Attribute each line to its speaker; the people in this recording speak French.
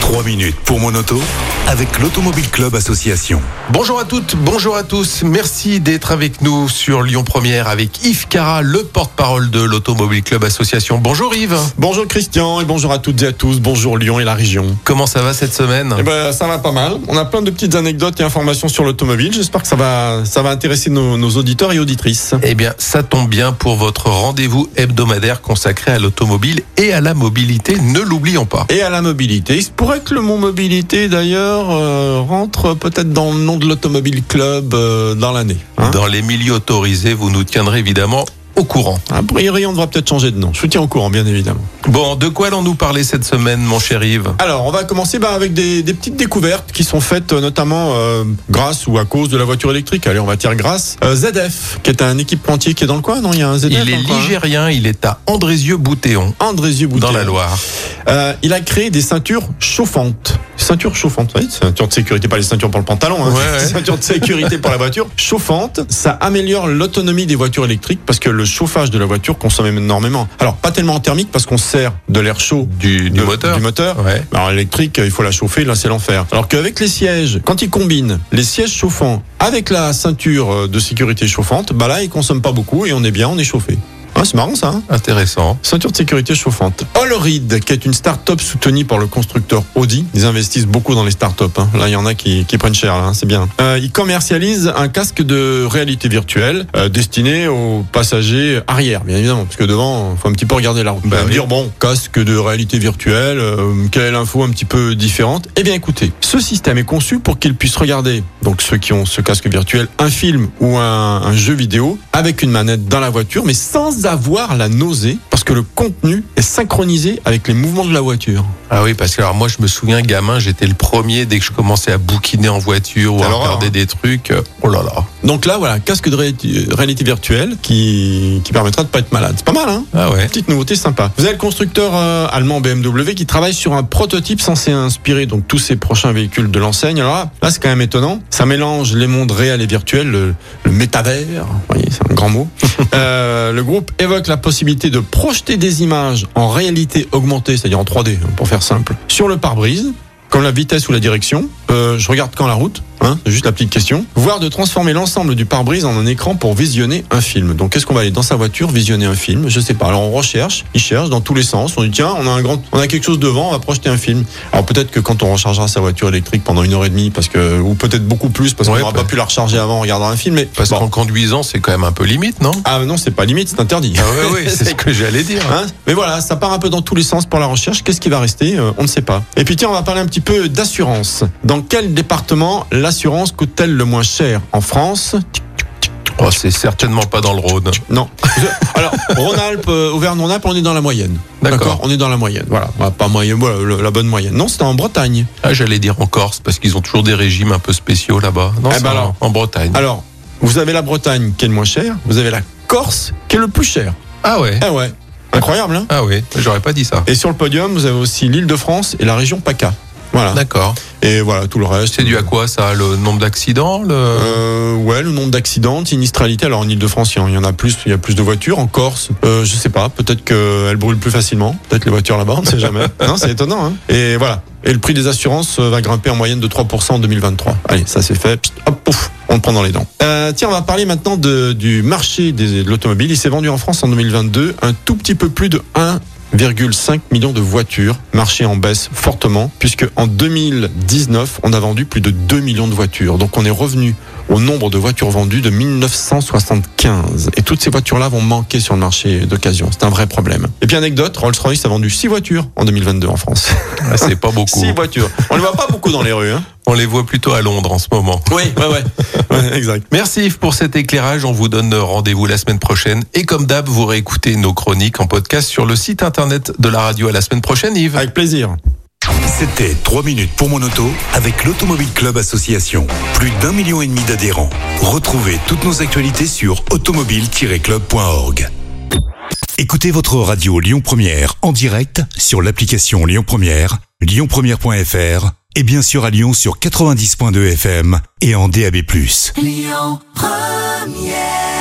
Speaker 1: Trois minutes pour mon auto avec l'Automobile Club Association.
Speaker 2: Bonjour à toutes, bonjour à tous. Merci d'être avec nous sur Lyon Première avec Yves Cara, le porte-parole de l'Automobile Club Association. Bonjour Yves.
Speaker 3: Bonjour Christian et bonjour à toutes et à tous. Bonjour Lyon et la région.
Speaker 2: Comment ça va cette semaine
Speaker 3: Eh ben, ça va pas mal. On a plein de petites anecdotes et informations sur l'automobile. J'espère que ça va, ça va intéresser nos, nos auditeurs et auditrices.
Speaker 2: Eh bien, ça tombe bien pour votre rendez-vous hebdomadaire consacré à l'automobile et à la mobilité. Ne l'oublions pas.
Speaker 3: Et à la mobilité. Il se pourrait que le mot mobilité, d'ailleurs, euh, rentre peut-être dans le nom de l'Automobile Club euh, dans l'année. hein.
Speaker 2: Dans les milieux autorisés, vous nous tiendrez évidemment au courant.
Speaker 3: A priori, on devra peut-être changer de nom. Je vous tiens au courant, bien évidemment.
Speaker 2: Bon, de quoi allons-nous parler cette semaine, mon cher Yves
Speaker 3: Alors, on va commencer bah, avec des, des petites découvertes qui sont faites euh, notamment euh, grâce ou à cause de la voiture électrique. Allez, on va dire grâce. Euh, ZF, qui est un équipementier qui est dans le coin, non Il y a un ZF
Speaker 2: Il
Speaker 3: dans
Speaker 2: est
Speaker 3: le coin, hein
Speaker 2: ligérien, il est à Andrézieux-Boutéon,
Speaker 3: Andrézieux-Boutéon.
Speaker 2: dans la Loire.
Speaker 3: Euh, il a créé des ceintures chauffantes. Ceintures chauffantes, oui, ceintures de sécurité, pas les ceintures pour le pantalon, hein.
Speaker 2: Ouais, ouais.
Speaker 3: ceintures de sécurité pour la voiture. Chauffantes, ça améliore l'autonomie des voitures électriques parce que le chauffage de la voiture consomme énormément. Alors, pas tellement en thermique parce qu'on sert de l'air chaud
Speaker 2: Du, du
Speaker 3: de-
Speaker 2: moteur
Speaker 3: Du moteur.
Speaker 2: Ouais.
Speaker 3: Alors électrique, il faut la chauffer, là c'est l'enfer. Alors qu'avec les sièges, quand ils combinent les sièges chauffants avec la ceinture euh, de sécurité chauffante, bah là ils consomment pas beaucoup et on est bien, on est chauffé. Ah, c'est marrant ça. hein
Speaker 2: Intéressant.
Speaker 3: Ceinture de sécurité chauffante. Allrid, qui est une start-up soutenue par le constructeur Audi. Ils investissent beaucoup dans les start-up. hein. Là, il y en a qui, qui prennent cher, là, hein, c'est bien. Euh, ils commercialisent un casque de réalité virtuelle euh, destiné aux passagers arrière, bien évidemment, parce que devant, faut un petit peu regarder la route.
Speaker 2: Bah
Speaker 3: Vous allez me
Speaker 2: oui.
Speaker 3: dire, bon, casque de réalité virtuelle, euh, quelle est l'info un petit peu différente Eh bien, écoutez, ce système est conçu pour qu'ils puissent regarder, donc ceux qui ont ce casque virtuel, un film ou un, un jeu vidéo avec une manette dans la voiture, mais sans avoir la nausée, parce que le contenu est synchronisé avec les mouvements de la voiture.
Speaker 2: Ah oui, parce que alors moi je me souviens gamin, j'étais le premier dès que je commençais à bouquiner en voiture ou
Speaker 3: C'est
Speaker 2: à
Speaker 3: l'horreur,
Speaker 2: regarder
Speaker 3: hein.
Speaker 2: des trucs. euh, Oh là là.
Speaker 3: Donc là, voilà, casque de réalité, euh, réalité virtuelle qui, qui permettra de pas être malade. C'est pas mal, hein
Speaker 2: Ah ouais.
Speaker 3: Petite nouveauté sympa. Vous avez le constructeur euh, allemand BMW qui travaille sur un prototype censé inspirer donc tous ses prochains véhicules de l'enseigne. Alors là, là, c'est quand même étonnant. Ça mélange les mondes réels et virtuels, le, le métavers. Vous voyez, c'est un grand mot. Euh, le groupe évoque la possibilité de projeter des images en réalité augmentée, c'est-à-dire en 3D, hein, pour faire simple, sur le pare-brise. Comme la vitesse ou la direction, Euh, je regarde quand la route, hein, c'est juste la petite question. Voire de transformer l'ensemble du pare-brise en un écran pour visionner un film. Donc, est-ce qu'on va aller dans sa voiture visionner un film Je sais pas. Alors, on recherche, il cherche dans tous les sens. On dit tiens, on a un grand, on a quelque chose devant, on va projeter un film. Alors peut-être que quand on rechargera sa voiture électrique pendant une heure et demie, parce que ou peut-être beaucoup plus, parce
Speaker 2: Ouais,
Speaker 3: qu'on n'aura
Speaker 2: peut-
Speaker 3: pas pu la recharger avant, on regardera un film. Mais
Speaker 2: Parce
Speaker 3: bon.
Speaker 2: qu'en conduisant, c'est quand même un peu limite, non
Speaker 3: ah non, c'est pas limite, c'est interdit.
Speaker 2: Ah ouais, ouais, c'est ce que j'allais dire.
Speaker 3: Hein Mais voilà, ça part un peu dans tous les sens pour la recherche. Qu'est-ce qui va rester Euh, On ne sait pas. Et puis tiens, on va parler un petit peu d'assurance. Dans quel département l'assurance coûte-t-elle le moins cher En France
Speaker 2: Oh, c'est certainement pas dans le Rhône.
Speaker 3: Non. Alors, Rhône-Alpes, euh, Auvergne-Rhône-Alpes, on est dans la moyenne.
Speaker 2: D'accord.
Speaker 3: On est dans la moyenne. Voilà, Bah, pas moyenne, voilà, le- la bonne moyenne. Non, c'était en Bretagne.
Speaker 2: Ah, j'allais dire en Corse, parce qu'ils ont toujours des régimes un peu spéciaux là-bas. Non,
Speaker 3: Eh
Speaker 2: c'est
Speaker 3: ben
Speaker 2: en-
Speaker 3: alors.
Speaker 2: en Bretagne.
Speaker 3: Alors, vous avez la Bretagne qui est le moins cher, vous avez la Corse qui est le plus cher.
Speaker 2: Ah ouais.
Speaker 3: Ah ouais, incroyable, hein
Speaker 2: Ah ouais, j'aurais pas dit ça.
Speaker 3: Et sur le podium, vous avez aussi l'Île-de-France et la région PACA. Voilà.
Speaker 2: D'accord.
Speaker 3: Et voilà, tout le reste.
Speaker 2: C'est dû à quoi ça Le nombre d'accidents le...
Speaker 3: Euh, ouais, le nombre d'accidents, de sinistralité. Alors en Ile-de-France, il y en- il y en a plus, il y a plus de voitures. En Corse, euh, je sais pas, peut-être qu'elles brûlent plus facilement. Peut-être les voitures là-bas, on ne sait jamais. non, c'est étonnant. hein. Et voilà. Et le prix des assurances euh, va grimper en moyenne de 3% en 2023. Allez, ça c'est fait. Psst, hop, pouf, on le prend dans les dents. Euh, tiens, on va parler maintenant de- du marché des- de l'automobile. Il s'est vendu en France en 2022 un tout petit peu plus de 1 1,5 million de voitures, marché en baisse fortement, puisque en 2019, on a vendu plus de 2 millions de voitures. Donc on est revenu au nombre de voitures vendues de 1975. Et toutes ces voitures-là vont manquer sur le marché d'occasion. C'est un vrai problème. Et puis anecdote, Rolls-Royce a vendu 6 voitures en 2022 en France.
Speaker 2: Ah, c'est pas beaucoup.
Speaker 3: 6 voitures. On ne les voit pas beaucoup dans les rues. Hein
Speaker 2: On les voit plutôt à Londres en ce moment.
Speaker 3: oui, ouais, ouais. ouais exact.
Speaker 2: Merci Yves pour cet éclairage. On vous donne rendez-vous la semaine prochaine. Et comme d'hab, vous réécoutez nos chroniques en podcast sur le site internet de la radio. À la semaine prochaine, Yves.
Speaker 3: Avec plaisir.
Speaker 1: C'était 3 minutes pour mon auto avec l'Automobile Club Association. Plus d'un million et demi d'adhérents. Retrouvez toutes nos actualités sur automobile-club.org. Écoutez votre radio Lyon Première en direct sur l'application Lyon Première, lyonpremière.fr et bien sûr à Lyon sur 90.2 FM et en DAB+.
Speaker 4: Lyon Première